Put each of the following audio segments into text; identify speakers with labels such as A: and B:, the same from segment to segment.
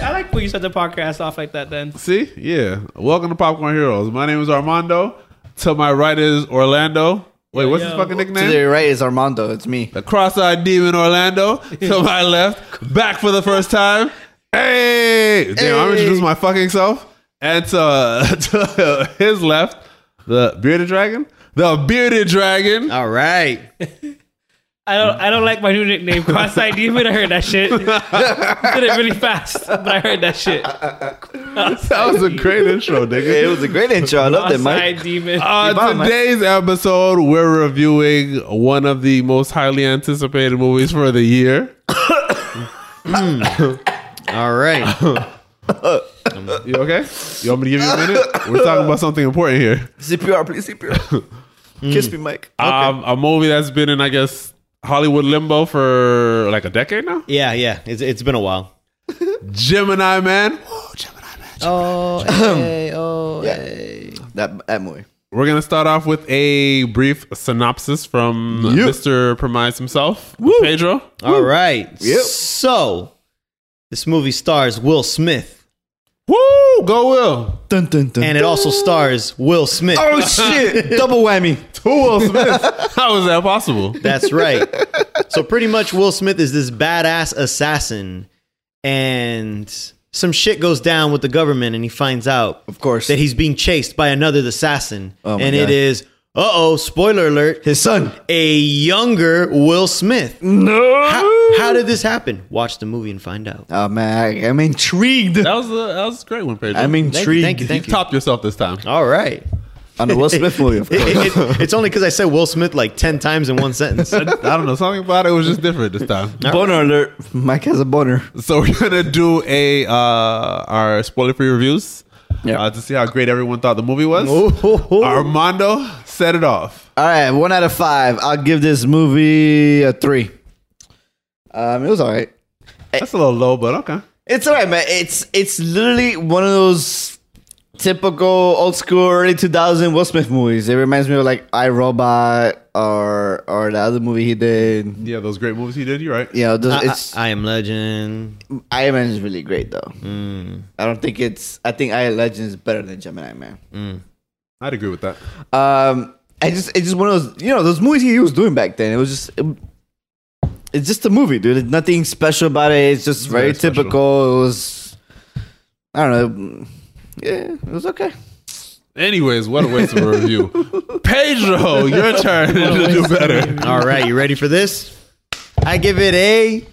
A: the podcast off like that then.
B: See, yeah. Welcome to Popcorn Heroes. My name is Armando. To my right is Orlando. Wait, what's his
A: yo.
B: fucking
C: To
B: nickname?
C: the right is Armando. It's me.
B: The cross-eyed demon Orlando. To my left, back for the first time. Hey, damn! I'm introducing my fucking self. And to, to his left, the bearded dragon. The bearded dragon.
D: All right.
A: I don't I don't like my new nickname, Cross Eyed Demon. I heard that shit. Did it really fast, but I heard that shit.
B: That was a great intro, nigga.
C: It was a great intro. I loved it,
A: Cross
C: Mike.
A: Eyed Demon.
B: Uh,
C: Ivan, man.
B: today's episode, we're reviewing one of the most highly anticipated movies for the year.
D: All right.
C: Um,
B: You okay? You want me to give you a minute? We're talking about something important here.
C: CPR, please CPR.
D: Hmm.
C: Kiss me, Mike.
B: Um, a movie that's been in, I guess, Hollywood limbo for like a decade now.
D: Yeah, yeah. It's, it's been a while.
B: Gemini Man. Whoa, Gemini Man.
D: Oh,
C: That that movie.
B: We're gonna start off with a brief synopsis from Mr. Premise himself, Pedro.
D: All right.
C: Yep.
D: So, this movie stars Will Smith,
B: Woo, go Will.
C: Dun, dun, dun.
D: and it also stars Will Smith.
C: oh shit! Double whammy.
B: To Will Smith. How is that possible?
D: That's right. so pretty much Will Smith is this badass assassin and some shit goes down with the government and he finds out
C: Of course.
D: that he's being chased by another assassin
C: Oh my
D: and it
C: God.
D: is uh-oh, spoiler alert,
C: His son.
D: a younger Will Smith.
C: No.
D: How, how did this happen? Watch the movie and find out.
C: Oh man, I, I'm intrigued.
B: That was a, that was a great one, Pedro.
C: I'm intrigued.
D: Thank you, thank you,
B: you
D: thank you.
B: topped yourself this time.
D: All right.
C: On the Will Smith movie, of
D: It-
C: course.
D: it- it- it's only because I said Will Smith like 10 times in one sentence.
B: I don't know. Something about it was just different this time.
C: boner alert. Mike has a boner.
B: So we're gonna do a uh, our spoiler free reviews
C: Yeah.
B: uh, to see how great everyone thought the movie was.
D: Oh,
B: Armando set it off.
C: All right, one out of five. I'll give this movie a three. Um, it was all right.
B: That's a little low, but okay.
C: It's all right, man. It's it's literally one of those typical old school early two thousand Will Smith movies. It reminds me of like I Robot or or the other movie he did.
B: Yeah, those great movies he did. You're right.
C: Yeah, those,
D: I,
C: it's
D: I am legend.
C: I, Man is really great though. I don't think it's. I think I Am Legend is better than Gemini Man.
B: I'd agree with that.
C: Um, I just it's just one of those you know those movies he was doing back then. It was just it- it's just a movie, dude. There's nothing special about it. It's just very
B: very special.
C: typical. It was I don't know. Yeah, it was okay.
B: Anyways, what a waste of a review. Pedro, your turn to do better.
D: All right, you ready for this? I give it a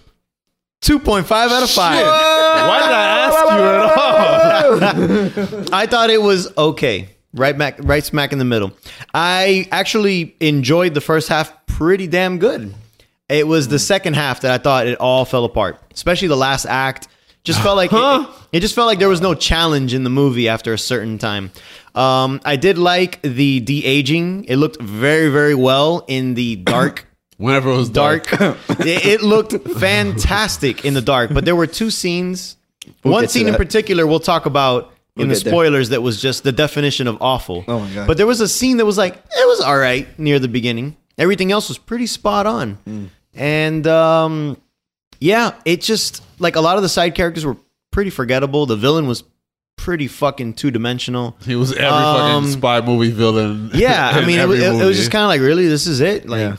D: 2.5 out of 5.
B: Why did I ask you at all?
D: I thought it was okay. Right back, right smack in the middle. I actually enjoyed the first half pretty damn good. It was the second half that I thought it all fell apart, especially the last act. Just felt like it-
B: Huh?
D: it, just felt like there was no challenge in the movie after a certain time. Um, I did like the de aging. It looked very very well in the dark
B: Whenever it was dark.
D: dark. it, it looked fantastic in the dark, but there were two scenes. One
C: get to
D: scene in
C: that.
D: particular we'll talk about in the
C: get there.
D: spoilers that was just the definition of awful.
C: Oh my God.
D: But there was a scene that was like it was all right near the beginning. Everything else was pretty spot on.
C: Hmm.
D: And um yeah, it just like a lot of the side characters were pretty forgettable. The villain was pretty fucking two-dimensional.
B: He was every
D: Um,
B: fucking spy movie villain.
D: Yeah, I
B: in
D: mean, it
B: every
D: was, it, it
B: movie.
D: was just kind of like, really, this is it. Like,
C: Yeah.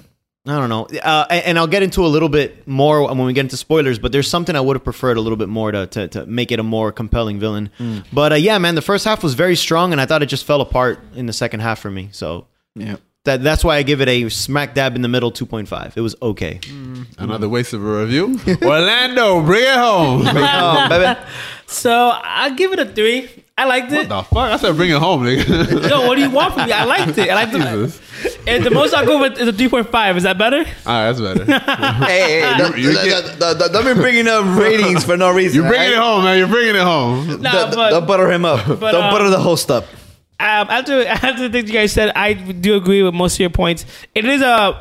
D: I don't know. Uh, and, and I'll get into a little bit more when we get into spoilers. But there's something I would have preferred a little bit more to to, to make it a more compelling villain.
B: Hmm.
D: But uh, yeah, man, the first half was very strong, and I thought it just fell apart in the second half for me. So
C: Yeah.
D: that that's why I give it a smack dab in the middle, two point five. It was okay.
B: Hmm. another waste of a review. Orlando, bring it home.
C: Oh, baby.
A: So I'll give it a three. I liked it.
B: the fuck? I said bring it home, nigga.
A: Yo, what do you want from me? I liked it. I liked it.
B: Jesus.
A: And the most I'll go with is a 3.5. Is that better?
B: All right, that's better.
C: hey, hey, don't,
B: you
C: don't-
B: get-
C: don't- don't- don't be bringing up ratings for no reason.
B: You're bringing it
C: alright?
B: home, man. You're bringing it home.
A: Nah,
C: Don't, don't butter him up. don't
A: uh,
C: butter the host up.
A: Um, after after the things you guys said, I do agree with most of your points. It is a,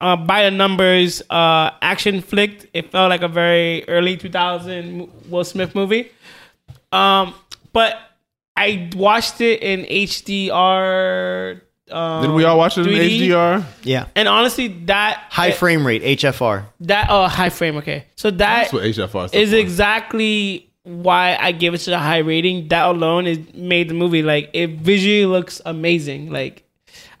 A: uh by the numbers uh, action flick. It felt like a very early 2000 Will Smith movie. Um, but I watched it in HDR. Um,
B: Didn't we all watch it in
A: 3D?
B: HDR?
D: Yeah,
A: And honestly, that
D: high frame rate, HFR.
A: that oh high frame. Okay, so that
B: That's what HFR
A: is
B: it.
A: exactly why I give it such a high rating. That alone is made the movie like it visually looks amazing. Like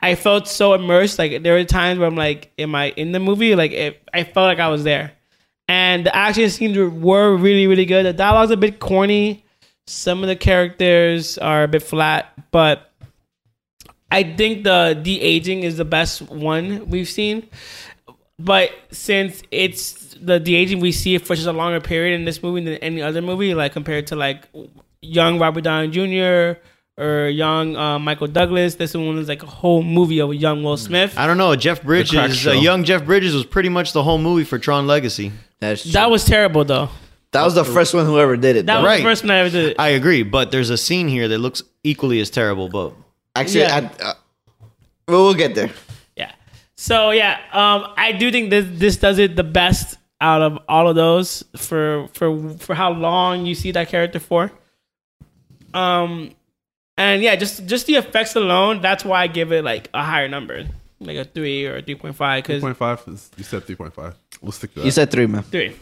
A: I felt so immersed. Like there were times where I'm like, am I in the movie? Like it, I felt like I was there. And the action scenes were- were really really good. The dialogue's a bit corny. Some of the characters are a bit flat, but I think the de aging is the best one we've seen. But since it's the de aging we see it for such a longer period in this movie than any other movie, like compared to like young Robert Downey Jr. or young uh, Michael Douglas, this one is like a whole movie of young Will Smith.
D: I don't know. Jeff
B: crack
D: Bridges,
B: show.
D: uh, young Jeff Bridges, was pretty much the whole movie for Tron Legacy.
C: That's
A: That was terrible though.
C: that was the first one whoever did it.
A: That
C: though.
A: was
D: Right.
A: the first one I ever did.
D: I agree, but there's a scene here that looks equally as terrible. But
C: Actually,
A: Yeah.
C: I, uh, we'll we'll get there.
A: Yeah. So yeah, um, I do think this this does it the best out of all of those for for for how long you see that character for. Um, and yeah, just just the effects alone. That's why I give it like a higher number, like a three or three point five. Because
B: 3.5. is- You said 3.5. We'll stick to that.
C: You said three, man.
A: three.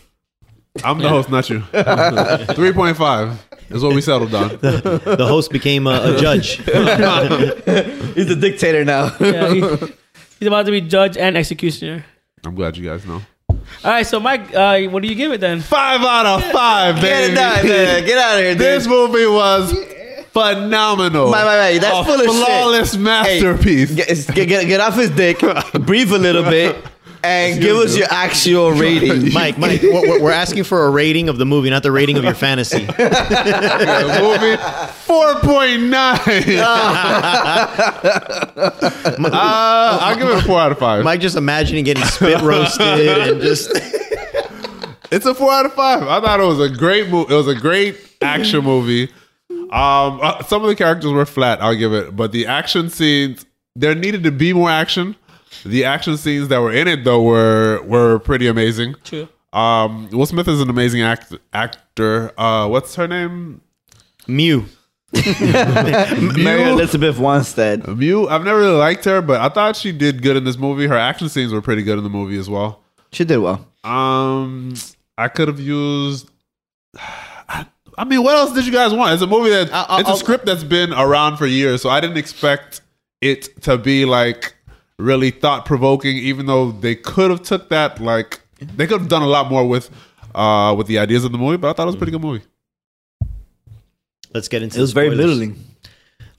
B: I'm the host, not you. 3.5 is what we settled on.
D: the host became a, a judge.
C: He's the dictator now.
A: Yeah, he- he's about to be judge and executioner.
B: I'm glad you guys know.
A: All right, so Mike, uh, what do you give it then?
B: Five out of five,
C: get
B: baby.
C: it done, man. Get out of here, dude.
B: This movie was phenomenal.
C: Wait, wait, wait. That's
B: A
C: full of shit.
B: flawless masterpiece.
C: Get, get, get, get off his dick, breathe a little bit, and give us your actual rating.
D: Mike, Mike, we're, we're- we're asking for a rating of the movie, not the rating of your fantasy.
B: The movie 4.9. Uh, I'll give it a 4 out of 5.
D: Mike just imagining getting spit roasted and just
B: It's a four out of five. I thought it was a great movie. It was a great action movie. Um, uh, some of the characters were flat. I'll give it, but the action scenes there needed to be more action. The action scenes that were in it though were were pretty amazing.
A: True.
B: Um, Will Smith is an amazing act- actor. Uh, what's her name?
D: Mew.
C: Mary
B: Mew?
C: Elizabeth Wanstead.
B: Mew. I've never really liked her, but I thought she did good in this movie. Her action scenes were pretty good in the movie as well.
C: She did well.
B: Um, I could have used. I, I mean, what else did you guys want? It's a movie that
D: I- I-
B: it's a
D: I'll-
B: script that's been around for years, so I didn't expect it to be like really thought provoking. Even though they could have took that, like they could have done a lot more with uh with the ideas of the movie. But I thought it was a pretty good movie.
D: Let's get into
C: It was
D: the
C: very
D: spoilers.
C: belittling.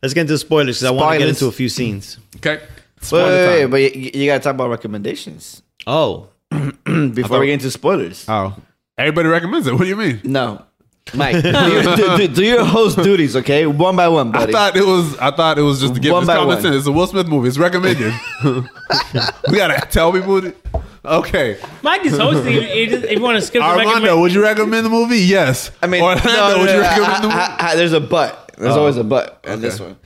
D: Let's get into the spoilers because I want to get
C: Spoilers.
D: into a few scenes.
B: Okay,
C: Wait,
B: Spoiler
C: wait, wait,
B: time.
C: but you, you gotta talk about recommendations
D: Oh,
C: Hmm, before we get into spoilers.
B: oh, everybody recommends it. What do you mean?
C: no, Mike, do, your- do, do- do your host duties, okay, one by one,
B: I
C: buddy.
B: thought it was. I thought it was just to give
C: One
B: this
C: by
B: common
C: one.
B: sense. It's a Will Smith movie. It's recommended. we gotta tell people. to- Okay,
A: Mike is hosting. if, you- if you want to skip, the
B: Armando,
A: recommend-
B: would you recommend the movie? Yes.
C: I mean,
B: Orlando,
C: no, no,
B: would you
C: no,
B: recommend the
C: I-
B: movie?
C: I- I- there's a but. There's always a but on this
B: okay.
C: one.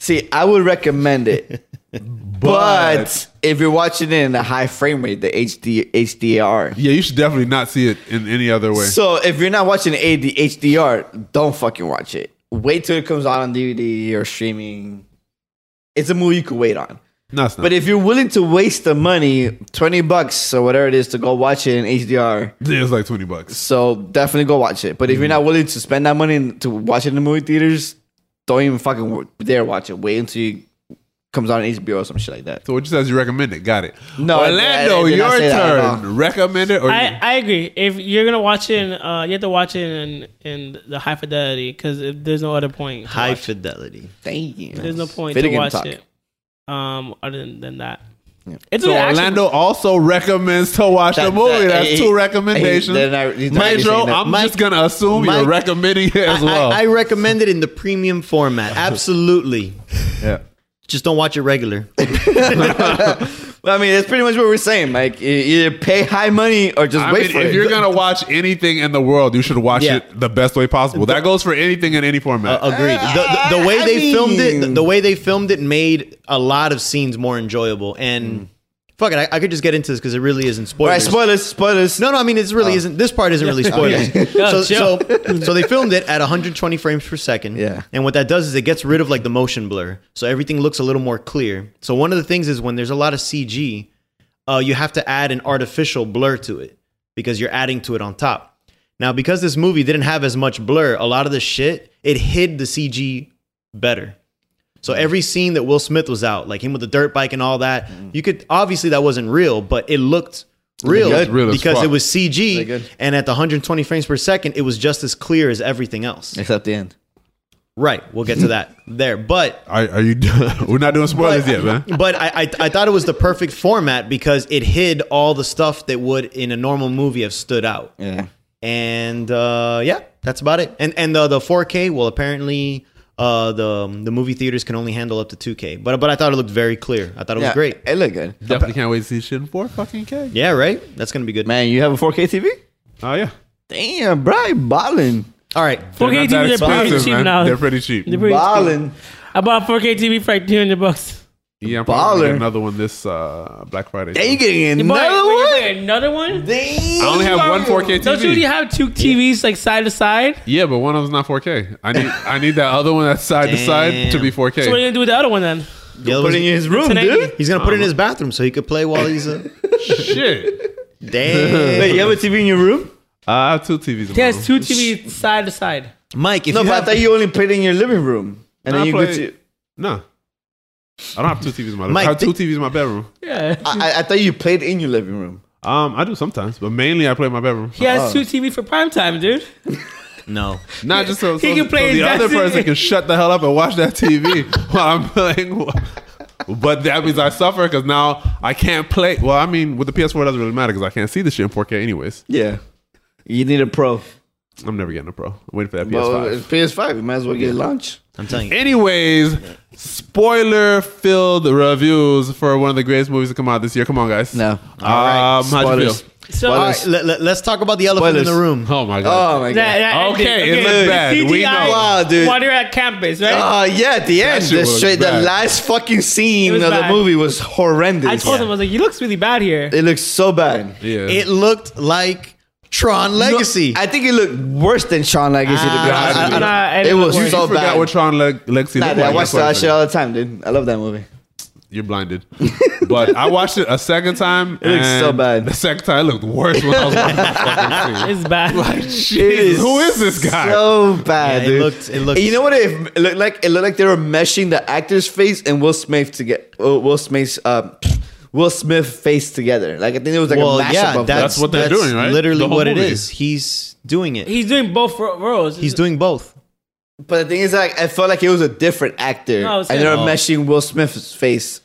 C: See, I would recommend it, but if you're watching it in a high frame rate, the HD HDR.
B: yeah, you should definitely not see it in any other way.
C: So if you're not watching AD HDR, don't fucking watch it. Wait till it comes out on DVD or streaming. It's a movie you could wait on.
B: no, it's not.
C: But if you're willing to waste the money, twenty bucks or whatever it is, to go watch it in HDR,
B: it was like twenty bucks.
C: so definitely go watch it. But if you're not willing to spend that money in- to watch it in the movie theaters, don't even fucking wa- dare watch it. Wait until it comes out on HBO or some shit like that.
B: So what you said is you recommend it. Got it.
C: No, I- I- I
B: Orlando,
C: did not
B: your
C: say that at all.
B: turn. Recommend it or
A: I, I agree. If you're gonna watch it, in, uh, you have to watch it in in the high fidelity because there's no other point. to
D: high
A: watch it.
D: fidelity.
C: Damn.
A: There's no point
C: Video
A: to
C: game
A: watch
C: talk.
A: it. Um, other than, than that,
C: Yeah.
A: it's
B: so
A: an action-
B: Orlando also recommends to watch the
C: That-
B: movie.
C: that-
B: That's
C: he-
B: two recommendations.
C: they're not- he's not really
B: Maestro,
C: saying that.
B: I'm
D: Mike-
B: just gonna assume you're
D: Mike-
B: recommending it as
D: I-
B: well.
D: I, I recommend it in the premium format. Absolutely.
B: yeah.
D: Just don't watch it regular.
C: Well, I mean, that's pretty much what we're saying. Like, e- either pay high money or just
B: I
C: wait
B: mean,
C: for
B: if
C: it.
B: you're gonna watch anything in the world, you should watch
D: Yeah.
B: it the best way possible. That goes for anything in any format.
C: Uh,
D: Agreed. The, the, the way
C: I
D: they filmed it, the,
C: mean-
D: the way they filmed it, made a lot of scenes more enjoyable. And
C: Mm.
D: fuck it, I, I could just get into this because it really isn't
C: All right,
D: spoilers.
C: spoilers, spoilers.
D: No, no, I mean it's really isn't. This part isn't really spoilers.
A: Oh. Yeah,
D: so,
A: chill.
D: so, so they filmed it at 120 frames per second.
C: Yeah.
D: And what that does is it gets rid of like the motion blur, so everything looks a little more clear. So one of the things is when there's a lot of CG, uh, you have to add an artificial blur to it because you're adding to it on top. Now, because this movie didn't have as much blur, a lot of the shit, it hid the CG better. So every scene that Will Smith was out, like him with the dirt bike and all that, you could obviously that wasn't real, but it looked real
B: looked real as
D: because
B: fuck.
D: it was
C: Really
D: CG
C: good.
D: and at the 120 frames per second, it was just as clear as everything else.
C: Except the end.
D: Right, we'll get to that there, but
B: Are, are you? we're not doing spoilers yet, man.
D: but I, I I thought it was the perfect format because it hid all the stuff that would in a normal movie have stood out.
C: Yeah.
D: And uh, yeah, that's about it. And and the the 4K, well, apparently uh, the the movie theaters can only handle up to 2K. But but I thought it looked very clear. I thought it
C: yeah. uh,
D: was great.
C: It looked good.
B: Definitely can't wait to see shit in four fucking K.
D: Yeah, right. That's gonna be good.
C: Man, you have a 4K TV?
B: Oh yeah.
C: Damn, bro, ballin'.
D: All right.
B: They're
A: 4K
B: not that
A: TVs are pretty
B: expensive,
A: cheap
B: man.
A: now.
B: They're pretty cheap.
A: They're pretty cheap.
C: Ballin'.
A: I bought 4K TV for like 300 bucks.
B: yeah, I'm probably gonna
C: Baller.
B: get another one this uh, Black Friday.
C: Damn, you getting
A: You bought-
C: another
A: wait, you
C: one?
A: bought Another one?
B: I only have one 4K
A: Don't you already
B: TV.
A: have two TVs like side to side?
B: Yeah, but one of them's not 4K. I need I need that other one that's side to side to be
A: So what are
B: 4K.
A: you gonna do with the other one then?
C: Put
D: The other
C: it
D: one's-
C: in his room,
A: Tonight-
C: dude.
D: he's gonna put it in his bathroom so he could play while he's a
B: Shit.
D: damn.
C: Wait, you have a TV in your room?
B: I have two TVs. in my
A: He has
B: room.
C: Oh,
A: two TVs side to side.
D: Mike, if
C: No,
D: you
C: but I
D: have
C: thought you only played in your living room. And
B: No,
C: then
B: I
C: you go
B: play-
C: to.
B: No. I don't have two TVs in my room. I
D: Mike,
B: have two
D: think-
B: TVs in my bedroom.
A: Yeah.
C: I, I- I thought you played in your living room.
B: Um, I do sometimes, but mainly I play in my bedroom.
A: He
C: Uh,
A: has two TVs for prime time, dude.
D: no,
B: Not just so, so,
A: can
B: so
A: play
B: the
A: his
B: other
A: Destiny.
B: person can shut the hell up and watch that TV while I'm playing. But that means I suffer because now I can't play. Well, I mean, with the PS4, it doesn't really matter because I can't see the shit in 4K anyways.
C: Yeah. You need a pro.
B: I'm never getting a pro. I'm waiting for that PS5.
C: Well, it's PS5. You might as well get launch.
D: I'm telling you.
B: Anyways, spoiler filled reviews for one of the greatest movies to come out this year. Come on, guys.
C: No.
B: Um,
C: Alright,
B: how'd you
C: spoilers.
B: feel?
A: So
D: All right, let, let, us talk about the elephant in
C: Spoilers.
D: the room.
B: Oh my god.
C: Oh, my God.
A: that, that
B: Okay,
A: ending.
B: it looked bad.
A: CGI
B: We know.
C: Wow, dude.
A: While they're at campus, right?
C: Oh yeah, at the end,
B: shit
C: the,
B: was
C: straight, the
B: bad.
C: last fucking scene
A: It was
C: of the
A: bad.
C: movie was horrendous.
A: I told him I was like, "He looks really bad here."
C: it looks so bad.
B: yeah.
D: It looked like Tron Legacy.
C: I think it looked worse than Sean Legacy. to be
B: Ah,
C: honest with you.
A: nah, it
C: it
A: looked
C: was
A: worse.
B: I
C: so
B: forgot
C: bad.
B: what Tron Leg- Lexi
C: Nah,
B: looked
C: dude, I
B: like
C: watched
B: before
C: that
B: you
C: shit all the time, dude. I love that movie.
B: You're blinded. but I watched it a second time. It
C: looks so bad.
B: The second time it looked worse when I was watching the fucking
A: It's bad.
B: scene. Jesus, who is this guy?
C: So bad,
D: Yeah, it
C: dude.
D: looked- it looked-
C: You know what? It, it looked like it looked like they were meshing the actor's face and Will Smith to get uh, Will Smith's uh, Will Smith face together. Like I think it was like
D: well,
C: a mashup
D: yeah,
C: of
D: that's,
C: that.
B: That's what they're doing, right?
D: Literally,
B: The whole
D: what
B: movie.
D: it is. He's doing it.
A: He's doing both ro- roles.
D: He's doing both.
C: But the thing is, like I felt like it was a different actor,
A: No, it's
C: and they were
A: like-
C: meshing Will Smith's face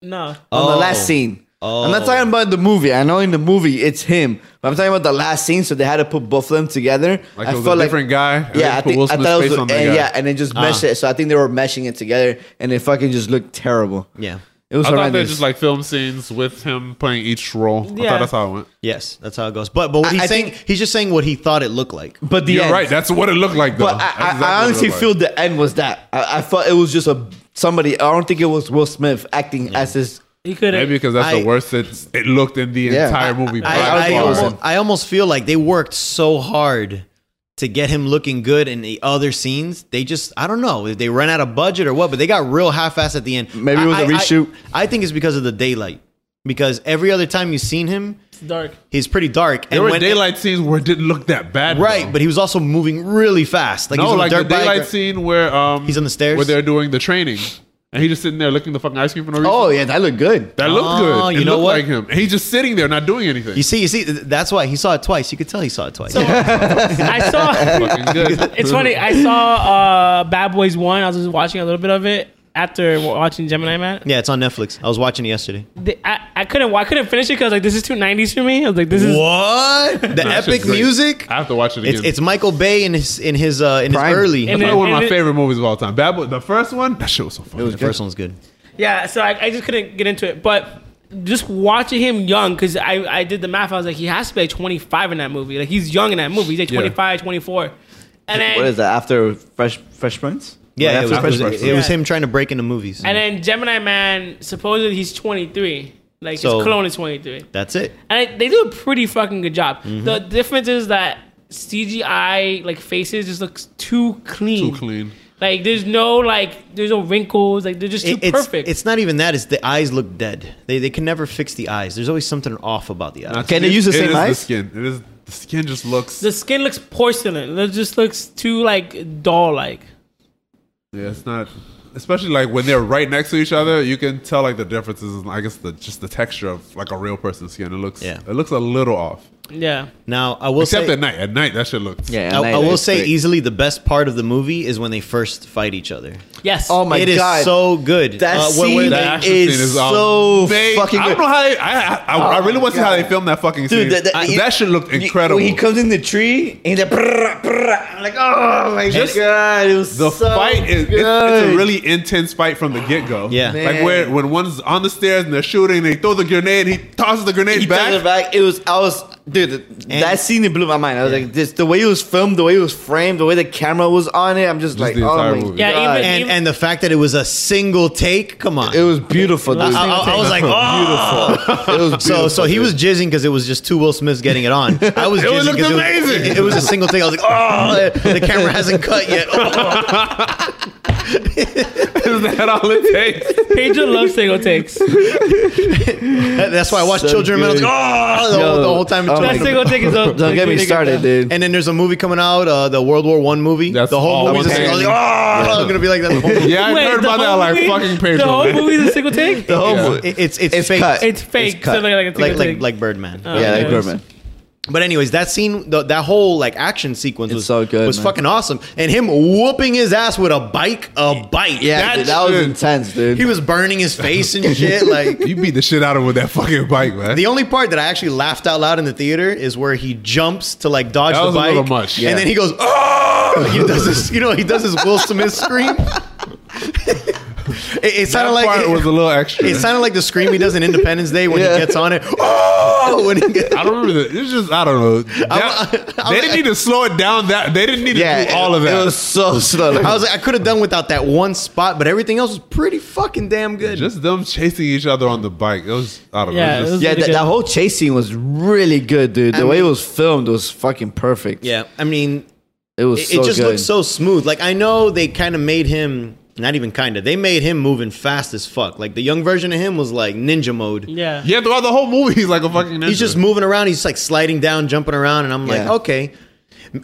A: no.
C: on the
D: Oh.
C: last scene. I'm not
D: Oh.
C: talking about the movie. I know in the movie it's him, but I'm talking about the last scene. So they had to put both of them together.
B: Like
C: I
B: it was a different guy. and they
C: Yeah, I,
B: put
C: think,
B: Will
C: I
B: Smith's
C: thought it
B: face
C: was,
B: on
C: and,
B: that guy. Ah.
C: yeah, and they just meshed it. So I think they were meshing it together, and it fucking just looked terrible.
D: Yeah.
C: It was
B: I thought they
C: horrendous.
B: just like film scenes with him playing each role. I
A: Yeah.
B: thought that's how it went.
D: Yes, that's how it goes. But but what
C: I-
D: he's
C: I
D: saying,
C: think-
D: he's just saying what he thought it looked like.
C: but the
B: You're
C: end,
B: right. That's what it looked like, though.
C: But I,
B: That's
C: I,
B: exactly
C: I
B: what it
C: honestly
B: looked
C: feel
B: like.
C: the end was that. I, I felt it was just a somebody. I don't think it was Will Smith acting as his.
A: He could
B: maybe
A: have.
B: because that's
D: I-
B: the worst it's, it looked in the
C: Yeah.
B: entire movie. by
C: I-
D: I, I,
C: Black
B: far.
D: almost, I almost feel like they worked so hard to get him looking good in the other scenes. They just, I don't know if they ran out of budget or what, but they got real half-assed at the end.
C: Maybe it was
D: a
C: a reshoot.
D: I, think it's because of the daylight. Because every other time you've seen him,
A: It's dark.
D: he's pretty dark.
B: there were daylight scenes where it didn't look that bad,
D: right?
B: though.
D: But he was also moving really fast. Like he was
B: no,
D: on
B: like
D: the
B: the
D: dirt bike.
B: daylight scene where um
D: He's on the stairs?
B: where they're doing the training, and he's just sitting there licking the fucking ice cream for no reason.
C: Oh yeah, that looked good.
B: that looked
D: Oh,
B: good.
D: you
B: it
D: know
B: looked
D: what?
B: like him. He's just sitting there not doing anything.
D: You see, you see, th- that's why he saw it twice. You could tell he saw it twice.
A: So I saw.
B: fucking good.
A: It's funny. I saw uh, Bad Boys One. I was just watching a little bit of it after watching Gemini Man.
D: yeah, it's on Netflix. I was watching it yesterday.
A: The- I, I couldn't. I couldn't finish it because like this is too nineties for me. I was like, this is.
D: What the
B: That shit's
D: epic
B: great.
D: music?
B: I have to watch it again.
D: It's, it's Michael Bay in his in his uh, in
C: Prime.
D: his early.
A: And
B: Probably
A: it-
B: one of my
A: it-
B: favorite movies of all time. Bad Boy, the first one, that shit was so funny.
D: the first one's good.
A: Yeah, so I, I just couldn't get into it. But just watching him young, because I, I did the math, I was like, he has to be like 25 in that movie. Like, he's young in that movie. He's like
B: Yeah.
A: 25, 24. And then,
C: What is that after Fresh Fresh Prince?
D: Yeah,
C: Right
D: it
C: after
D: was,
B: Fresh
D: it was-
B: Prince.
D: it was
A: Yeah.
D: him trying to break into movies.
A: and then Gemini Man, supposedly he's 23. Like,
D: So-
A: his clone is 23.
D: That's it.
A: And I, they do a pretty fucking good job.
D: Mm-hmm.
A: The difference is that CGI, like, faces just looks too clean.
B: Too clean.
A: Like, there's no, like, there's no wrinkles. Like, they're just too
D: It- it's,
A: perfect.
D: It's not even that. It's the eyes look dead. They they can never fix the eyes. There's always something off about the eyes.
B: Not
C: Can they
B: skin.
C: use the
B: It
C: same
B: is
C: eyes?
B: skin. It is The skin just looks.
A: The skin looks porcelain. It just looks too like doll like.
B: Yeah, it's not. Especially like when they're right next to each other, you can tell like the differences. in, I guess the just the texture of like a real person's skin. It looks.
D: Yeah.
B: It looks a little off.
A: Yeah.
D: Now I will
B: Except
D: say,
B: at night. At night, that shit looks.
C: Yeah,
D: I, I will say easily the best part of the movie is when they first fight each other.
A: Yes.
C: Oh my
D: It is
C: god,
D: so good.
C: That
D: Uh, when- when
C: scene
D: they-
B: That action scene
C: is
B: is
C: so
B: amazing.
C: fucking
B: I
C: good.
B: don't know how they, I I, I, I really want to see how they filmed that fucking scene.
C: Dude,
B: That,
C: that, that, you-
B: shit looked
C: you-
B: incredible.
C: When he comes in the tree, and he's like, brrr, brrr. I'm like, oh my
B: Just
C: god, it was
B: the
C: so
B: fight is it's, it's a
C: good.
B: really intense fight from the get go.
D: Yeah.
B: like
C: Man.
B: where when one's on the stairs and they're shooting, they throw the grenade, he tosses the grenade
C: He
B: back.
C: back. back. It was I was dude.
D: And-
C: that scene it blew my mind. I was like, this the way it was filmed, the way it was framed, the way the camera was on it. I'm just, like,
B: the
C: oh
B: entire
C: my
B: movie.
A: Yeah,
C: god,
A: even-
D: and and the fact that it was a single take. Come on,
C: it was beautiful, dude.
A: Last
D: I, I- I was like, oh.
C: it was
D: So, so he was jizzing because it was just two Will Smiths getting it on. I was
B: It
D: jizzing
B: looked
D: 'cause
B: amazing.
D: It, it was a single take. I was like, oh, the camera hasn't cut yet.
B: Is that all it takes?
A: Pedro loves single takes.
D: That's why I watched
C: So
D: Children of Men. I was like, oh, the, whole, the whole time.
C: Yo, oh
A: That
C: my
A: single take is a,
C: Don't get me started, dude.
D: and then there's a movie coming out, uh, the World War One movie.
B: That's
D: the
B: all
D: whole movie's a
B: one
D: single. I was
B: take.
D: like, oh, I'm gonna be like that. The whole movie.
B: Yeah, I heard about that like fucking Pedro.
A: The whole
B: man.
A: movie is a single take.
C: the whole
B: Yeah.
C: movie.
D: It- it's it's,
C: It's
D: fake.
C: cut.
A: It's fake.
C: It's
A: so
C: cut.
A: like, like, a
D: Like
A: single
D: like
A: take.
D: like Birdman.
A: Oh.
C: yeah,
A: yeah.
C: like Birdman.
D: But anyways, that scene, the, that whole like action sequence was
C: so good,
D: was
C: man.
D: fucking awesome, and him whooping his ass with a bike, a bike.
C: Yeah,
D: that,
C: dude, that was
B: shit-
C: intense, dude.
D: he was burning his face and shit. Like
B: You beat the shit out of him with that fucking bike, man.
D: the only part that I actually laughed out loud in the theater is where he jumps to like dodge
B: That
D: the
B: was a
D: bike,
B: little much.
C: Yeah.
D: and then he goes, oh! Like, he does this, you know, he does his Will Smith scream. it, it
B: that
D: sounded like
B: part
D: it,
B: was a little extra.
D: it sounded like the scream he does in Independence Day when
C: Yeah.
D: he gets on it. Oh, when he gets,
B: I don't remember. The, it's just I don't know. That-
D: I'm-
B: they didn't need to slow it down. That they didn't need to
C: yeah,
B: do all of
C: it-
B: that.
C: It was so slow.
D: I was like, I could have done without that one spot, but everything else was pretty fucking damn good.
B: just them chasing each other on the bike. It was I don't
A: Yeah,
B: know.
A: it
B: It was
A: was-
B: just,
C: yeah,
A: really
C: that,
A: good.
C: that whole chase scene was really good, dude. The
D: I
C: way it
D: mean-
C: was filmed was fucking perfect.
D: yeah, I mean,
C: it was.
D: it,
C: so
D: it just
C: good.
D: looked so smooth. Like I know they kind of made him not even kind of. They made him moving fast as fuck. Like the young version of him was like ninja mode.
A: yeah.
B: yeah, throughout the whole movie, he's like a fucking.
D: He's just moving around. He's like sliding down, jumping around, and I'm like,
C: Yeah.
D: okay.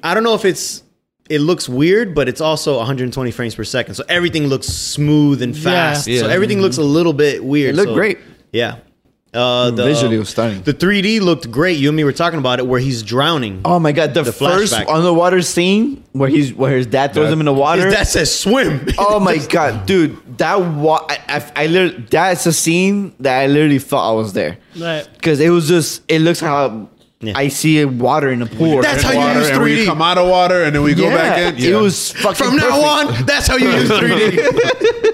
D: I don't know if it's it looks weird, but it's also 120 frames per second, so everything looks smooth and fast.
B: Yeah.
D: So everything looks a little bit weird.
C: It looked
D: so-
C: great.
D: Yeah. Uh, the,
C: Visually, it was stunning.
D: The 3D looked great. You and me were talking about it, where he's drowning.
C: Oh my god, the,
D: The
C: first
D: flashback.
C: underwater scene where he's where his dad throws
B: Yeah.
C: him in the water.
D: His dad says swim.
C: oh my god, dude, that wa- I, I, I literally, that's a scene that I literally thought I was there
A: Right.
C: because it was just it looks how
D: Yeah.
C: I see water in the pool.
D: That's
B: in
D: how you
B: water,
D: use
B: and we
D: 3D.
B: come out of water and then we go
C: yeah,
B: back in. Yeah.
C: it was fucking
D: From now on, that's how you use 3D.
C: on.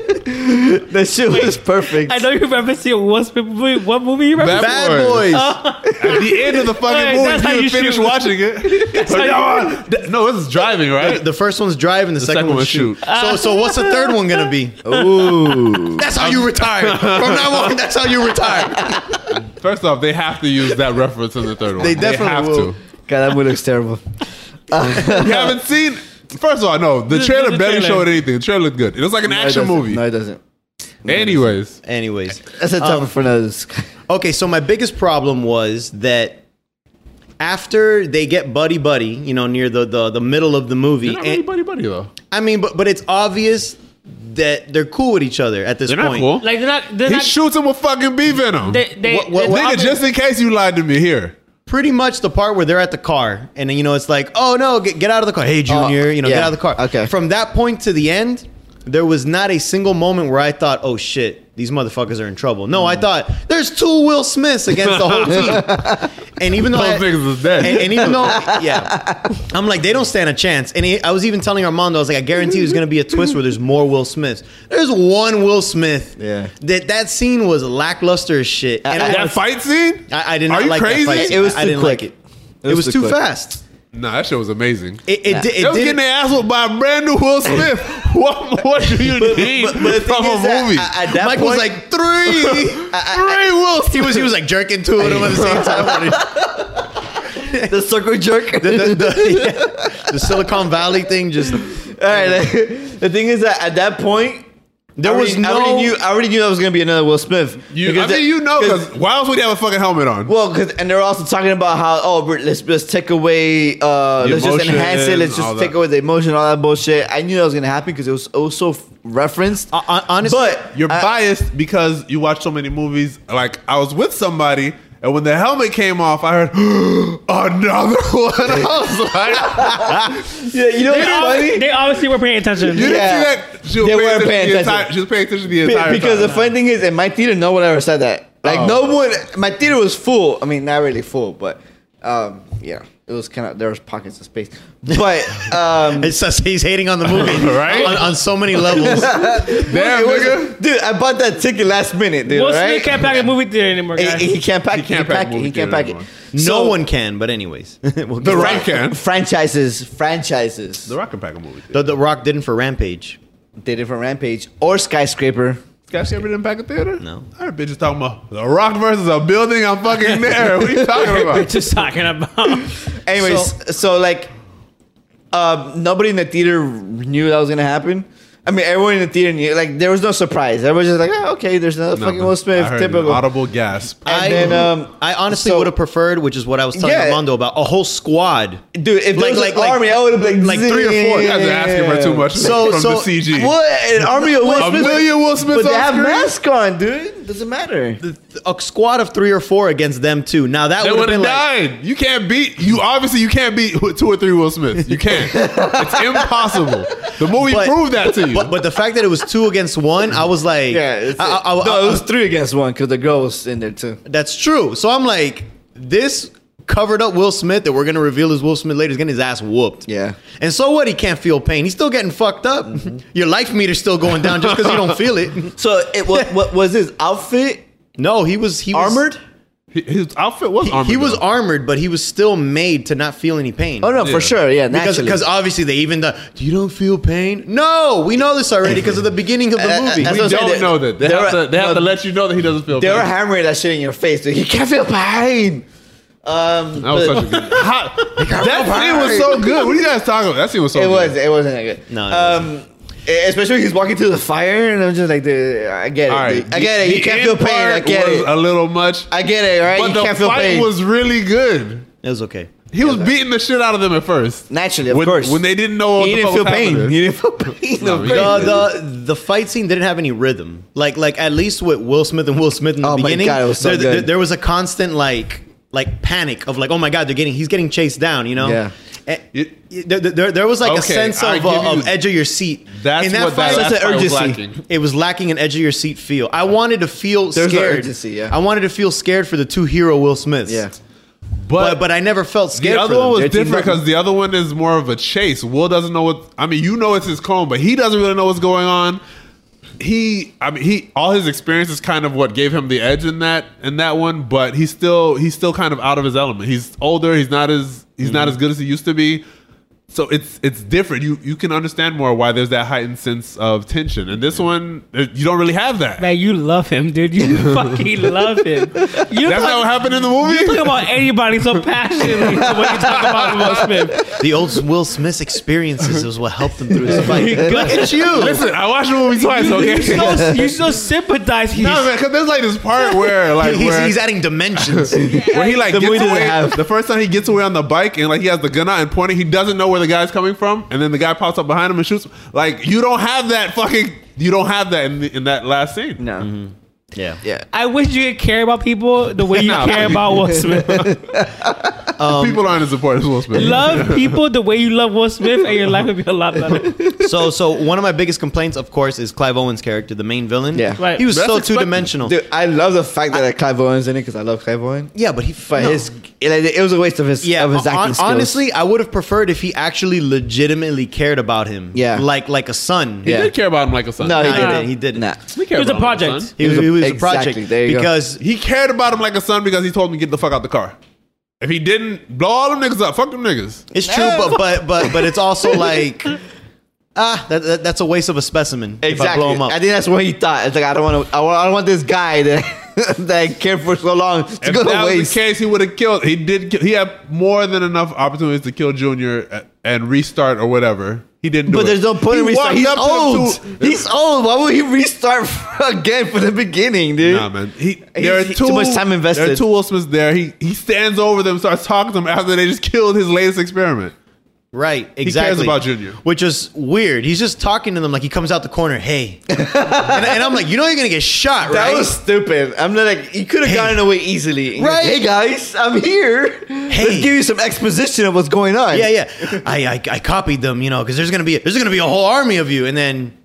C: That shit was perfect.
A: I know you remember seeing one sp- movie. What movie you remember?
B: Bad
D: Bad
B: Boys.
D: boys.
C: Uh,
B: at the end of the fucking
A: Hey, that's how
B: movie. You,
A: you
B: would finish
A: shoot.
B: watching it.
A: how you-
B: No, th- no, this is driving, right?
D: the first one's drive and the, second,
B: second
D: one's
B: one's
D: shoot.
B: shoot.
D: So, so what's the third one gonna be?
C: Oh. Ooh,
D: That's how you retire. From now on, that's how you retire.
B: First off, they have to use that reference in the third one.
D: They definitely
B: have
D: will.
B: to.
C: god, that movie looks terrible.
B: You haven't seen. First of all, no. The
A: The-
B: trailer
A: the
B: barely
A: trailer.
B: showed anything. The trailer looked good. It was like an
C: No, it
B: action
C: doesn't.
B: movie.
C: No, it doesn't.
B: Anyways,
D: Anyways,
C: That's a tough one for another.
D: okay. So my biggest problem was that after they get buddy buddy, you know, near the the, the middle of the movie.
B: they're not really
D: and-
B: buddy buddy though.
D: I mean, but but it's obvious that they're coll with each other at this
B: They're not
D: point.
B: cool.
A: Like they're not. They're
B: He
A: not.
B: shoots him with fucking bee venom.
A: they, they,
D: What- what-
A: they-
D: what-
B: Nigga, just in case you lied to me here.
D: Pretty much the part where they're at the car, and then you know it's like, oh no, get, get out of the car, hey junior, you know,
C: yeah.
D: get out of the car.
C: Okay.
D: From that point to the end, there was not a single moment where I thought, oh shit, these motherfuckers are in trouble. No, I thought there's two Will Smiths against the whole team, and even though
B: Those
D: I-
B: niggas is dead.
D: and, and even though, yeah, I'm like, they don't stand a chance. And he, I was even telling Armando, I was like, I guarantee there's going to be a twist where there's more Will Smiths. There's one Will Smith.
C: Yeah.
D: That that scene was lackluster as shit. And I,
C: I-
D: wanna-
B: that fight scene?
D: I, I did
B: Are
D: not
B: you
D: like
B: crazy?
D: that fight.
C: It was
D: I
C: too
D: didn't
C: quick.
D: like it. It was,
C: was
D: too
C: too quick.
D: fast.
B: Nah, that shit was amazing.
D: It, it, did- it,
B: They was
D: did-
B: getting their ass whooped by a brand new Will Smith. what more do you need
D: but- but the thing
B: from a
D: is that
B: movie?
C: I- At that
D: Mike was
C: point-
D: like three.
B: Ray Will
D: he was he was like jerking two of them at the same time.
C: the circle jerk.
D: the, the- yeah. The Silicon Valley thing just
C: All right. the thing is that at that point, There
B: I
C: was
B: already- I
C: no. I
B: already
C: already,
B: knew-
C: knew, that was gonna be another Will Smith.
B: You, I mean, you know, because why else would he have a fucking helmet on?
C: Well, 'cause- and they're also talking about how oh we're- let's let's take away uh
B: The
C: let's just enhance it
B: emotion,
C: let's
B: all
C: just take
B: that.
C: away the emotion all that bullshit. I knew that was gonna happen because it was also referenced.
D: Hon- hon- honestly,
C: but
B: You're
C: I-
B: biased because you watch so many movies. Like I was with somebody, and when the helmet came off, I heard another one. I
C: yeah, you know
A: They,
C: what's funny?
A: obviously, they obviously were paying attention.
B: was like, you
C: Yeah.
B: didn't see that? She was
C: They
B: paying
C: weren't
B: attention
C: paying
B: the
C: attention.
B: Entire, she was paying attention the entire
C: Be- because the
B: time.
C: funny thing is, in my theater, no one ever said that. Like
B: Oh.
C: no one, my theater was full. I mean, not really full, but um, yeah, it was kind of there was pockets of space. But um,
D: It's just he's hating on the movie,
B: Right?
D: On, on so many levels.
B: Damn,
C: it was-
B: nigga.
C: dude, I bought that ticket last minute, dude.
A: Will Smith
C: right?
A: can't pack a movie theater anymore, guys.
C: he, he can't pack. He
B: can't
C: can't
B: pack
C: pack. it,
B: movie
C: He can't
B: theater
C: pack it.
B: anymore.
D: no one can, but anyways, We'll
B: The
D: get-
B: Rock can.
C: Franchises, franchises.
B: The Rock can pack a movie.
D: The, the Rock didn't for Rampage.
C: They did it from Rampage or Skyscraper.
B: Guys, you ever didn't pack a theater?
D: No.
B: I heard bitches talking about The Rock versus a building. I'm fucking there. What are you talking about?
A: Just talking about.
C: Anyways, so, like, um, nobody in the theater knew that was gonna happen. I mean, everyone in the theater knew. Like, there was no surprise. Everybody was just like, oh, okay, there's another fucking Will Smith.
B: I heard an
C: Typical.
B: audible gasp.
C: And then, um,
D: I honestly
C: so-
D: would have preferred, which is what I was telling
C: Yeah.
D: Armando about, a whole squad.
C: Dude, if
D: Like-
C: there was
D: like-
C: an
D: like-
C: army, I would have been
D: like three or four.
B: You guys are asking for too much
D: So-
B: from
D: so-
B: the CG.
C: What? An army of Will
B: A
C: Smith?
B: million Will Smiths
C: But they
B: on
C: have
B: screen?
C: masks on, dude. Doesn't matter.
D: Th- A squad of three or four against them too. Now that
B: They
D: would have
B: would
D: been
B: have
D: like,
B: died. you can't beat. You obviously you can't beat two or three Will Smiths. You can't. it's impossible. The movie
D: But-
B: proved that to you.
D: but, but the fact that it was two against one, I was like,
C: Yeah. It's,
D: I- I- I-
C: no,
D: I-
C: it was three against one because the girl was in there too.
D: That's true. So I'm like, this covered up Will Smith that we're gonna reveal is Will Smith later is getting his ass whooped.
C: Yeah. Mm-hmm.
D: And so what? He can't feel pain. He's still getting fucked up. Your life meter's still going down just because you don't feel it.
C: So, it, what, what was his outfit?
D: No, he was he was,
C: Armored?
B: his outfit was armored.
D: He was
B: though.
D: armored, but he was still made to not feel any pain.
C: Oh no,
B: Yeah.
C: for sure. Yeah,
D: Because,
C: naturally.
D: because obviously they even the you don't feel pain. No, we know this already because of the beginning of the
C: Uh, uh,
D: movie.
C: that's
B: We
C: what I'm saying.
B: don't
C: They-
B: know that. They,
C: they
B: have,
C: were-
B: to, they have
C: no,
B: to let you know that he doesn't feel.
C: They were
B: pain.
C: hammering that shit in your face, dude. You can't feel pain. Um,
B: That was
C: but
B: such a good. How- that scene was so good. What are you guys talking about? That scene was so.
C: it
B: good.
C: was. It wasn't that good.
D: No, it
C: um, especially he's walking through the fire, and I'm just like, dude, I get it.
B: All right.
C: dude. I get it. You
B: The
C: can't
B: end
C: feel pain. I
B: part
C: get
B: was
C: it.
B: A little much.
C: I get it. All right.
B: But
C: you
B: the
C: can't feel
B: fight
C: pain.
B: was really good.
D: it was okay.
B: He was beating the shit out of them at first.
C: Naturally, of
B: when,
C: course.
B: When they didn't know, what
C: he
B: the
C: didn't
B: fuck
C: feel
B: was
C: pain.
B: happening.
C: He didn't feel pain.
B: No,
C: of
B: he didn't.
C: course.
D: the, the the fight scene didn't have any rhythm. Like like at least with Will Smith and Will Smith in the
C: Oh my
D: beginning,
C: God, it was so
D: there,
C: good.
D: there- there was a constant like like panic of like oh my god they're getting he's getting chased down you know
C: Yeah.
D: And
B: It-
D: there, there, there was like a
B: Okay,
D: sense
B: I
D: of, uh,
B: give you-
D: of edge of your seat.
B: That's
D: In
B: what that
D: fight-
B: last
C: sense of
B: fight was
C: urgency.
B: lacking.
D: it was lacking an edge of your seat feel. I wanted to feel
C: There's no
D: scared.
C: urgency, yeah.
D: I wanted to feel scared for the two hero Will Smiths.
C: Yeah.
D: But but I never felt scared.
B: The
D: for
B: other
D: them.
B: one was
C: Their team
B: different
C: record.
B: because the other one is more of a chase. Will doesn't know what I mean. You know it's his clone, but he doesn't really know what's going on. He, I mean, he all his experience is kind of what gave him the edge in that in that one. But he's still he's still kind of out of his element. He's older. He's not as he's not as good as he used to be. So it's it's different. You you can understand more why there's that heightened sense of tension. And this one, uh, you don't really have that.
A: Man, you love him, dude. You fucking love him. You
B: That's not what
A: talk,
B: happened in the movie.
A: you talk about anybody so passionately when you talk about Will Smith.
D: the old Will Smith's experiences was what helped him through his fight.
A: Look at you.
B: Listen, I watched the movie twice. Okay,
A: You so, you so sympathize. He's,
B: No, man, because there's like this part where like
D: He's,
B: where,
D: he's adding dimensions.
B: where he like
C: The
B: gets
C: movie doesn't
B: away.
C: have-
B: The first time he gets away on the bike and like he has the gun out and pointing, he doesn't know where the guy's coming from, and then the guy pops up behind him and shoots. Like you don't have that fucking. You don't have that in, the, in that last scene.
C: No.
D: Mm-hmm. yeah.
C: Mm-hmm. Yeah.
A: I wish you could care about people the way you
B: Nah,
A: care
B: man.
A: about Will Smith.
C: Um,
B: People aren't as important as Will Smith.
A: love people the way you love Will Smith, and your life would be a lot better.
D: So so one of my biggest complaints, of course, is Clive Owen's character, the main villain.
C: Yeah.
A: Right.
D: He was
B: That's
D: so
B: expected.
D: two dimensional.
C: Dude, I love the fact that like, Clive Owen's in it because I love Clive Owen.
D: Yeah, but he
C: But
D: no.
C: his, it, like, it was a waste of his,
D: yeah,
C: of his acting
D: hon-
C: skills.
D: honestly, I would have preferred if he actually legitimately cared about him.
C: Yeah.
D: Like like a son.
B: He
C: Yeah.
B: did care about him like a son.
C: no, he
D: Nah, he
C: didn't.
D: didn't. He didn't.
C: Nah.
B: he
A: It
B: cared
A: was a
B: about him like
A: project.
B: son.
D: He was, he was a
C: Exactly,
D: project
C: there you go.
D: because
B: He cared about him like a son because he told him to get the fuck out the car. If he didn't blow all them niggas up, fuck them niggas.
D: it's true, but but but but it's also like ah, that, that, that's a waste of a specimen. If I
C: Exactly.
D: blow
C: I,
D: him up.
C: think that's what he thought. It's like I don't want to. I, wa- I don't want this guy that that I cared for so long to
B: If
C: go
B: that
C: to
B: was
C: waste.
B: the case, he would have killed. He did. Kill, he had more than enough opportunities to kill Junior a- and restart or whatever. He didn't do
C: But
B: it.
C: there's no point in
B: He walked
C: restarting. He's
B: up to them
C: old.
B: two-
C: He's old. Why would he restart again from the beginning, dude?
B: Nah, man. He, there are
C: He's-
B: two,
C: too much time invested.
B: There are two Will Smiths there. He he stands over them, starts talking to them after they just killed his latest experiment.
D: Right, exactly.
B: about Junior.
D: Which is weird. He's just talking to them like he comes out the corner, hey. and, and I'm like, you know you're going to get shot,
C: That
D: right?
C: was stupid. I'm not like you could have gotten away easily.
D: Right.
C: Hey guys, I'm here. Let's give you some exposition of what's going on.
D: yeah, yeah. I, I, I copied them, you know, because there's gonna be there's gonna be a whole army of you, and then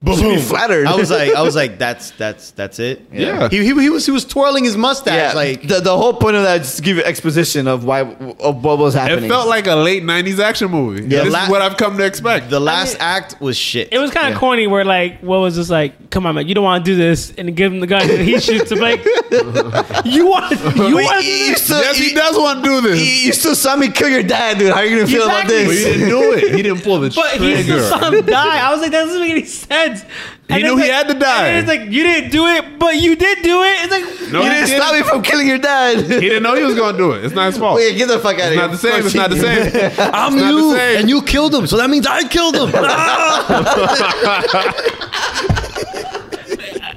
D: boom.
C: be flattered.
D: I was like, I was like, that's that's that's it.
B: Yeah.
D: He, he, he was he was twirling his mustache
C: Yeah,
D: like
C: the, the whole point of that is to give you exposition of why of what was
B: It
C: happening.
B: felt like a late '90s action movie.
D: Yeah,
B: this
D: la-
B: is what I've come to expect.
D: the last act was shit.
A: It was kind of corny. Where like, what was this like? Come on, man, you don't want to do this, and give him the gun, and he shoots him. Like, you want, you want to do
C: you
A: this?
C: still,
B: yes,
C: you,
B: he does want to do this.
C: you- you still saw me kill your dad, dude. How are you gonna feel
A: Exactly.
B: but
C: about
B: he
C: this?
B: didn't do it. He didn't pull the
A: But he
B: trigger.
A: still saw him die. I was like, that doesn't make any sense. And
B: He knew
A: it's
B: he
A: like-
B: had to die.
A: And it's like you didn't do it, but you did do it. It's like
B: No,
C: You didn't stop me from killing your dad.
B: He didn't know he was going to do it. It's not his fault.
C: Wait, get the fuck out
B: It's
C: of here.
B: not the same. It's not the same.
D: I'm
B: not the
D: you,
B: same.
D: and you killed him, so that means I killed him.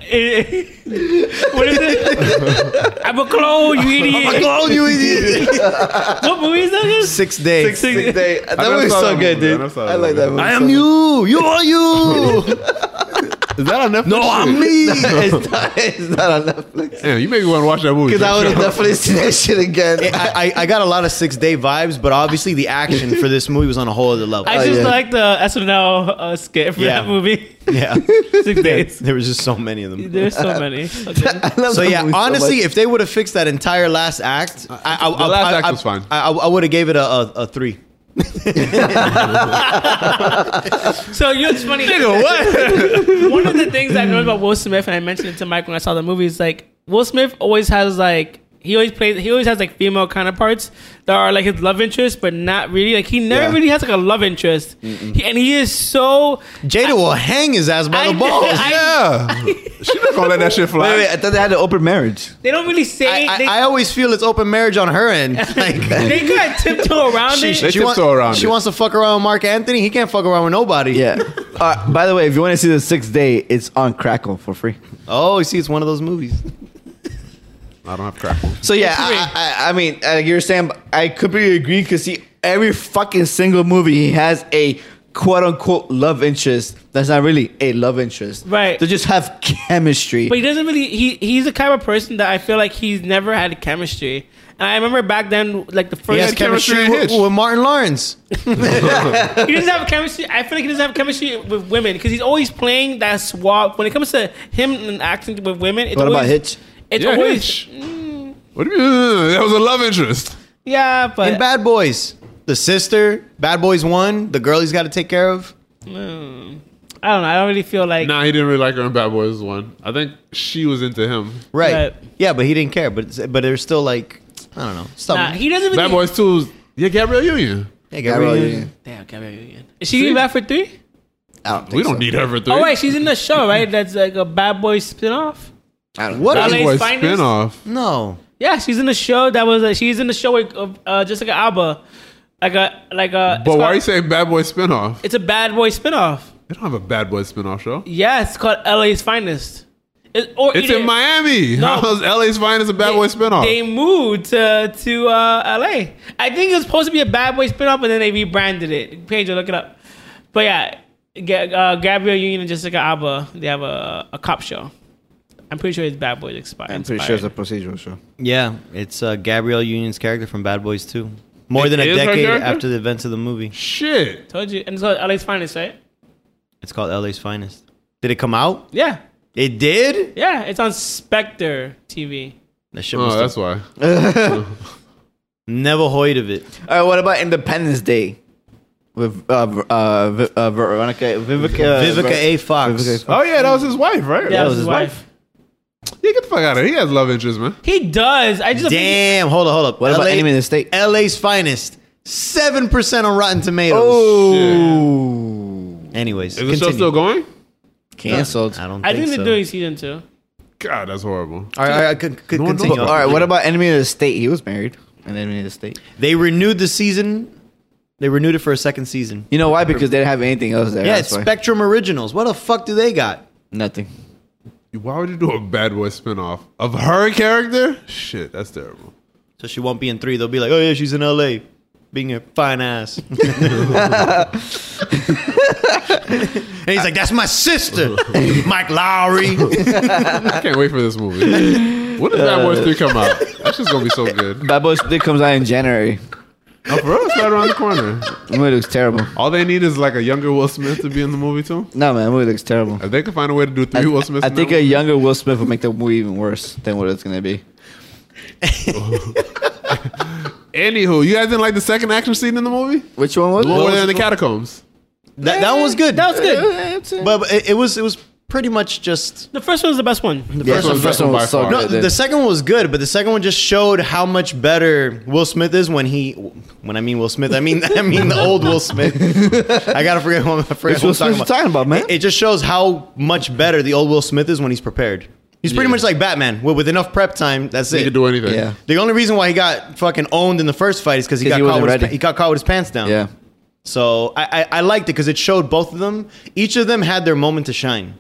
A: Eh, what is it? I'm a clone, you idiot.
D: Oh, you idiot.
A: what movie is that? again?
D: Six days.
A: Six-
C: They, that
B: never
C: movie's
B: saw
C: so
B: that
C: good,
B: movie. I
C: dude.
B: never saw
C: I
B: that
C: like that
B: movie.
C: movie.
D: I am you. You are you.
B: Is that on Netflix?
D: No, I'm me.
C: it's, not, it's not on Netflix.
B: Damn, you make me want to watch that movie.
C: Because I would have
B: Sure.
C: definitely seen that shit again.
D: I, I, I got a lot of six day vibes, but obviously the action for this movie was on a whole other level.
A: I just
C: yeah.
A: like the SNL uh, skit for
D: Oh, Yeah.
A: that movie.
D: yeah.
A: Six days.
D: There was just so many of them.
A: There's so many. Okay.
C: I love
D: So
C: that
D: yeah,
C: movie
D: honestly,
C: much.
D: if they would have fixed that entire last act, I, I,
B: Uh, The
D: I-
B: last
D: I-
B: act
D: I-
B: was fine.
D: I, I would have gave it a, a, a three.
A: So you know it's funny. One of the things I know about Will Smith, and I mentioned it to Mike when I saw the movie, is like Will Smith always has like he always plays he always has like female counterparts that are like his love interest, but not really. Like he never
C: Yeah.
A: really has like a love interest, he, and he is so.
D: Jada will hang his ass by
A: I-
D: the balls.
A: I-
B: Yeah. She's not going to let that shit fly.
C: wait, wait, I thought they had an open marriage.
A: They don't really say.
D: I, I,
A: they,
D: I always feel it's open marriage on her end. Like
A: they kind of tiptoe around
D: she,
A: it.
D: she,
B: They
D: want-
B: tiptoe around
D: she
B: it.
D: wants to fuck around with Mark Anthony. He can't fuck around with nobody.
C: Yeah. Uh, by the way, if you want to see the sixth day, it's on Crackle for free.
D: Oh, you see, it's one of those movies.
B: I don't have crack.
C: So yeah,
A: free.
C: I, I, I mean, like you were saying, I completely agree because he every fucking single movie he has a quote unquote love interest that's not really a love interest.
A: Right.
C: They just have chemistry.
A: But he doesn't really. He he's the kind of person that I feel like he's never had chemistry. And I remember back then, like the first
D: He has
B: had chemistry
D: chemistry
B: in
D: with,
B: Hitch.
D: with Martin Lawrence.
A: he doesn't have chemistry. I feel like he doesn't have chemistry with women because he's always playing that swap. When it comes to him and acting with women, it's
C: What
A: always,
C: about Hitch?
A: It's
B: Yeah,
A: always
B: Hitch. What do you mean? That was a love interest.
A: yeah, but
D: In Bad Boys, the sister, Bad Boys one, the girl he's got to take care of.
A: Mm, I don't know. I don't really feel like
B: Nah, he didn't really like her in Bad Boys 1. I think she was into him.
D: Right.
A: Right.
D: Yeah, but he didn't care. But it's- but there's still like I don't know. Something.
A: nah, he doesn't. Really,
B: Bad Boys 2 was, yeah, Gabrielle Union.
D: Yeah,
C: Yeah,
D: Gabrielle
C: bro,
D: Union.
C: yeah.
A: Damn, Gabrielle Union. Is she even back for three?
C: I don't think
B: We don't
C: so.
B: need her for three.
A: Oh wait, she's in the show, right? That's like a Bad Boys spinoff.
C: I don't
D: What
C: know.
B: Bad
A: LA's
B: Boys
A: finest.
B: spinoff.
D: No.
A: Yeah, she's in the show. That was uh, she's in the show with uh, uh, Jessica Alba, like a like a. it's
B: But why
A: called-
B: are you saying Bad Boys spinoff?
A: It's a Bad Boy spinoff.
B: They don't have a Bad Boys spinoff show.
A: Yeah, it's called LA's Finest. It- or
B: It's
A: either-
B: in Miami.
A: No.
B: How's LA's finest a Bad
A: they-
B: Boy spinoff?
A: They moved to to uh, LA. I think it was supposed to be a Bad Boy spinoff, but then they rebranded it. Pedro, look it up. But yeah, Ga- uh, Gabrielle Union and Jessica Alba, they have a, a cop show. I'm pretty sure it's Bad Boys expired.
C: I'm pretty sure it's a procedural show.
D: Yeah, it's uh, Gabrielle Union's character from Bad Boys 2. More
B: It
D: than a
B: is her
D: decade
B: character?
D: after the events of the movie.
B: Shit.
A: Told you, and it's called LA's Finest, right?
D: It's called LA's Finest. Did it come out?
A: Yeah,
D: It did?
A: yeah. It's on Spectre TV.
D: That shit
B: Oh, that's
D: must have
B: why.
D: never heard of it.
C: All right, Uh, what about Independence Day? With uh, v- uh, v- uh, Veronica, Vivica,
D: Uh, Vivica A. Fox.
C: Vivica A. Fox.
B: Oh, yeah, that was his wife, right?
A: Yeah, it was his
C: was his
A: wife.
B: Yeah, get the fuck out of here. He has love interest, man.
A: He does. I just
D: Damn, hold up, hold up.
C: What about Enemy of the State?
D: LA's Finest. 7% on Rotten Tomatoes.
C: Oh,
B: Is
D: Anyways,
B: the show
D: continue.
B: still going?
C: canceled.
D: I don't think
A: I think
D: so.
A: they're doing season two.
B: God, that's horrible.
D: All right, all right, con- con-
B: No, no,
D: continue.
B: no.
C: All right, what about Enemy of the State? He was married. An Enemy of the State.
D: They renewed the season. They renewed it for a second season.
C: You know why? Because they didn't have anything else there.
D: Yeah,
C: that's
D: it's
C: why.
D: Spectrum Originals. What the fuck do they got?
C: Nothing.
B: Why would you do a bad boy spinoff of her character? Shit, that's terrible.
D: So she won't be in three. They'll be like, oh yeah, she's in L.A. being a fine ass. and he's like, that's my sister, Mike Lowry.
B: I can't wait for this movie. When does Bad Boys 3 come out? That's just gonna be so good.
C: Bad Boys Split comes out in January.
B: Oh, for real, it's right around the corner.
C: The movie looks terrible.
B: All they need is like a younger Will Smith to be in the movie too.
C: No, man, the movie looks terrible.
B: If they could find a way to do three
C: I,
B: Will Smiths,
C: I
B: in
C: think
B: that
C: a
B: movie-
C: younger Will Smith would make the movie even worse than what it's gonna be.
B: Anywho, you guys didn't like the second action scene in the movie?
C: Which one was
B: The one where
C: it?
B: they're in the catacombs.
D: That, that one was good.
A: That was good.
D: But but it, it was it was pretty much just
A: The first one was the best one.
D: the
C: Yeah,
D: first
C: the
D: one.
C: first
B: that
C: one
B: one
C: was
B: by
C: so
B: far.
D: No,
C: good.
D: Uh, the second one was good, but the second one just showed how much better Will Smith is when he. When I mean Will Smith, I mean I mean the old Will Smith. I gotta forget who I'm, I
C: Which
D: forget who I'm
C: Will Smith
D: talking
C: you
D: about.
C: talking about, man?
D: It, it just shows how much better the old Will Smith is when he's prepared. He's pretty
B: Yeah.
D: much like Batman. With, with enough prep time, that's
B: They
D: it.
B: could do anything.
C: yeah,
D: the only reason why he got fucking owned in the first fight is because he
C: 'Cause he
D: got caught
C: wasn't
D: with his,
C: ready.
D: pa- he got caught with his pants down.
C: yeah.
D: So I I, I liked it because it showed both of them. Each of them had their moment to shine.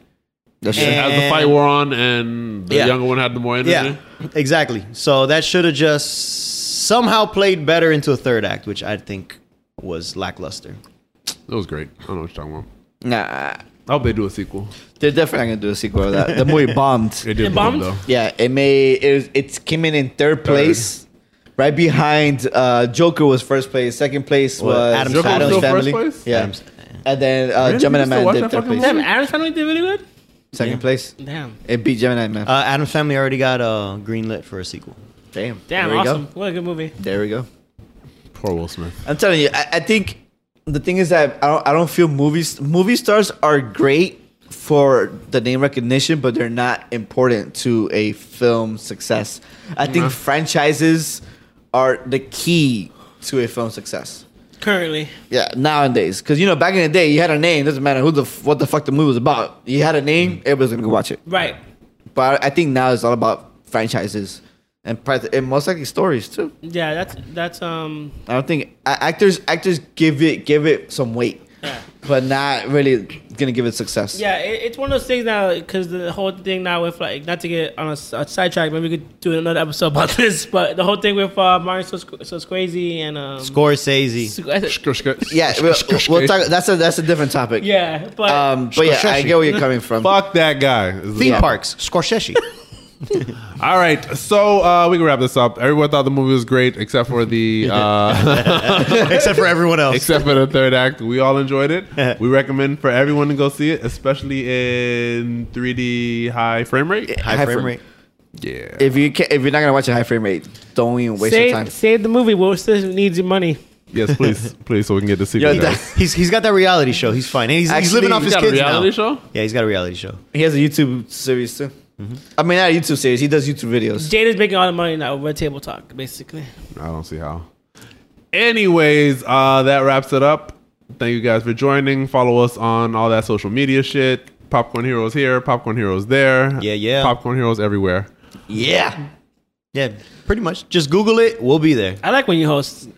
C: That's
D: And-
C: true.
B: As the fight wore on, and the
D: Yeah.
B: younger one had the more energy.
D: Yeah, exactly. So that should have just somehow played better into a third act, which I think was lackluster.
B: That was great. I don't know what you're talking about.
C: Nah,
B: I hope they do a sequel.
C: they're definitely not gonna do a sequel of that. The movie bombed.
B: It did
A: It
B: bomb
A: bombed?
B: though.
C: Yeah, it may it, was, it came in in third place, right behind uh, Joker was first place. Second place
D: Well,
C: was
D: Adam's
B: Joker was
D: Adam's
B: still
D: Family.
B: first place.
C: Yeah,
D: Adam's-
C: and then uh,
B: Really? You
C: Gemini
B: still
C: Man
B: watch
C: did
B: that
C: third
B: fucking
C: place.
A: Damn, Adam's family did really good.
C: Second place,
A: Damn.
C: it beat Gemini Man.
B: Ah.
D: Uh, Adam's Family already got uh, greenlit for a sequel.
C: damn,
A: Damn,
C: There we go.
A: awesome. What a good movie.
C: There we go.
B: Poor Will Smith.
C: I'm telling you, I, I think the thing is that I don't, I don't feel movies movie stars are great for the name recognition, but they're not important to a film success. I
B: Mm-hmm.
C: think franchises are the key to a film success.
A: Currently.
C: Yeah, nowadays, because you know, back in the day, you had a name. Doesn't matter who the f- what the fuck the movie was about. You had a
B: Mm.
C: name, everybody's gonna go watch it.
A: Right.
C: But I think now it's all about franchises and, part- and most likely stories too.
A: Yeah, that's that's um
C: I don't think a- actors actors give it give it some weight,
A: Yeah.
C: but not really gonna give it success.
A: Yeah, it, it's one of those things now because the whole thing now with like not to get on a, s- a sidetrack, maybe we could do another episode about this. But the whole thing with uh, Martin Sos- Scorsese and um,
D: Scorsese.
A: Sc-
C: yeah. We'll, we'll talk. That's a that's a different topic.
A: yeah, but
C: Um. But yeah, I get where you're coming from.
B: Fuck that guy. Is the-
D: Theme parks. Scorsese.
B: All right, so uh, we can wrap this up. Everyone thought the movie was great, except for the uh,
D: Except for everyone else.
B: except for the third act. We all enjoyed it. We recommend for everyone to go see it, especially in 3D high frame rate.
D: High,
C: High
D: frame,
C: frame.
D: rate.
B: Yeah.
C: If you can, if you're not gonna watch a high frame rate, don't even waste your time.
A: save save the movie. Will Smith needs your money.
B: yes, please, please, so we can get the sequel.
C: Yo,
B: guys.
C: that-
D: He's, he's got that reality show. He's fine. And he's, he's
C: Actually,
D: living off
C: he's
D: his
B: got a
D: kids
B: reality
D: now.
B: show?
D: Yeah, he's got a reality show.
C: He has a YouTube series too. Mm-hmm. I mean, not a YouTube series. He does YouTube videos.
A: Jada's making all the money now. with Red Table Talk, basically.
B: I don't see how. Anyways, uh, that wraps it up. Thank you guys for joining. Follow us on all that social media shit. Popcorn Heroes here, Popcorn Heroes there.
D: Yeah, yeah.
B: Popcorn Heroes everywhere.
C: Yeah.
D: Yeah, pretty much. Just Google it. We'll be there.
A: I like when you host.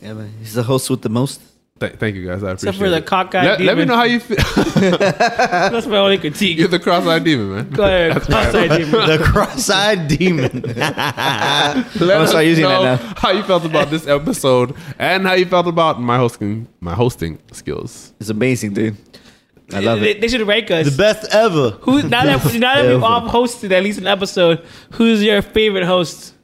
C: Yeah, man. He's the host with the most.
B: Th- thank you guys. I appreciate
A: Except for
B: it.
A: the cockeyed
B: let, let me
A: demon.
B: know how you feel.
A: That's my only critique.
B: You're the cross-eyed demon, man.
A: Go ahead, outside demon.
D: The cross-eyed demon.
B: Let
C: gonna
B: us
C: start using that
B: know
C: now.
B: how you felt about this episode and how you felt about my hosting my hosting skills.
C: It's amazing, dude. I love
A: They,
C: it.
A: they should rank us.
D: the best ever.
A: Who now that now that we've all hosted at least an episode, who's your favorite host?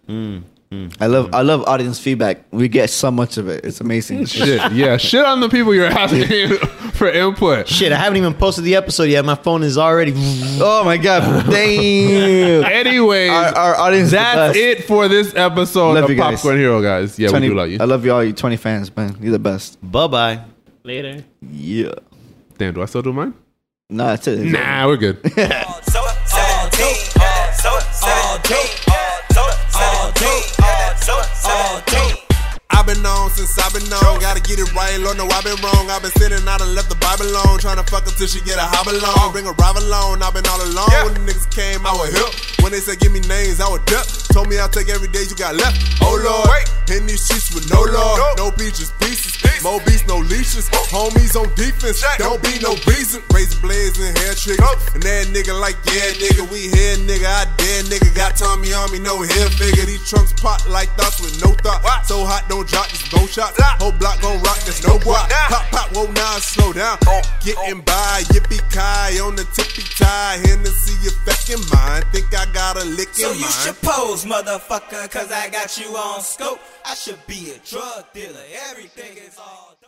C: I love I love audience feedback. We get so much of it. It's amazing.
B: Shit, yeah, shit on the people you're asking for input.
D: Shit, I haven't even posted the episode yet. My phone is already.
C: oh my god, damn.
B: Anyways,
C: our, our audience.
B: that's
C: is the best.
B: it for this episode
C: Love
B: of
C: you guys. Uh,
B: Popcorn Hero, guys. Yeah,
C: 20,
B: we do love you.
C: I love you all. You 20 fans, man. You're the best.
D: Bye bye.
A: Later.
C: Yeah.
B: Damn, do I still do mine?
C: No, that's it.
B: Nah, we're good.
E: So all day, so all day, so all day, so all day.
F: I've been on since I've been on. Gotta get it right, Lord, no, I've been wrong. I've been sitting out and left the Bible alone. Tryna fuck her till she get a hob along. Bring a rival along. I've been all alone.
E: Yeah.
F: When the niggas came, I was hip. When they said give me names, I was duck. Told me I'll take every day you got left. Oh Lord,
E: Wait.
F: in these streets with no law.
E: No.
F: No peaches, pieces.
E: Peace.
F: Mo beats, no leashes. Homies on defense, don't be no reason. Razor blades and hair triggers. And that nigga like, yeah, nigga, we here, nigga, I dare, nigga. Got Tommy on me, no hair figure. These trunks pop like thoughts with no thought. So hot, don't drop, just go shots. Whole block gon' rock, there's no block. Pop, pop, whoa, now slow down. Getting by, yippee kai on the tippy tie. Hennessy affecting mine. Think I got a lick in
E: So you
F: mine.
E: should pose, motherfucker, cause I got you on scope. I should be a drug dealer. Everything is all dope.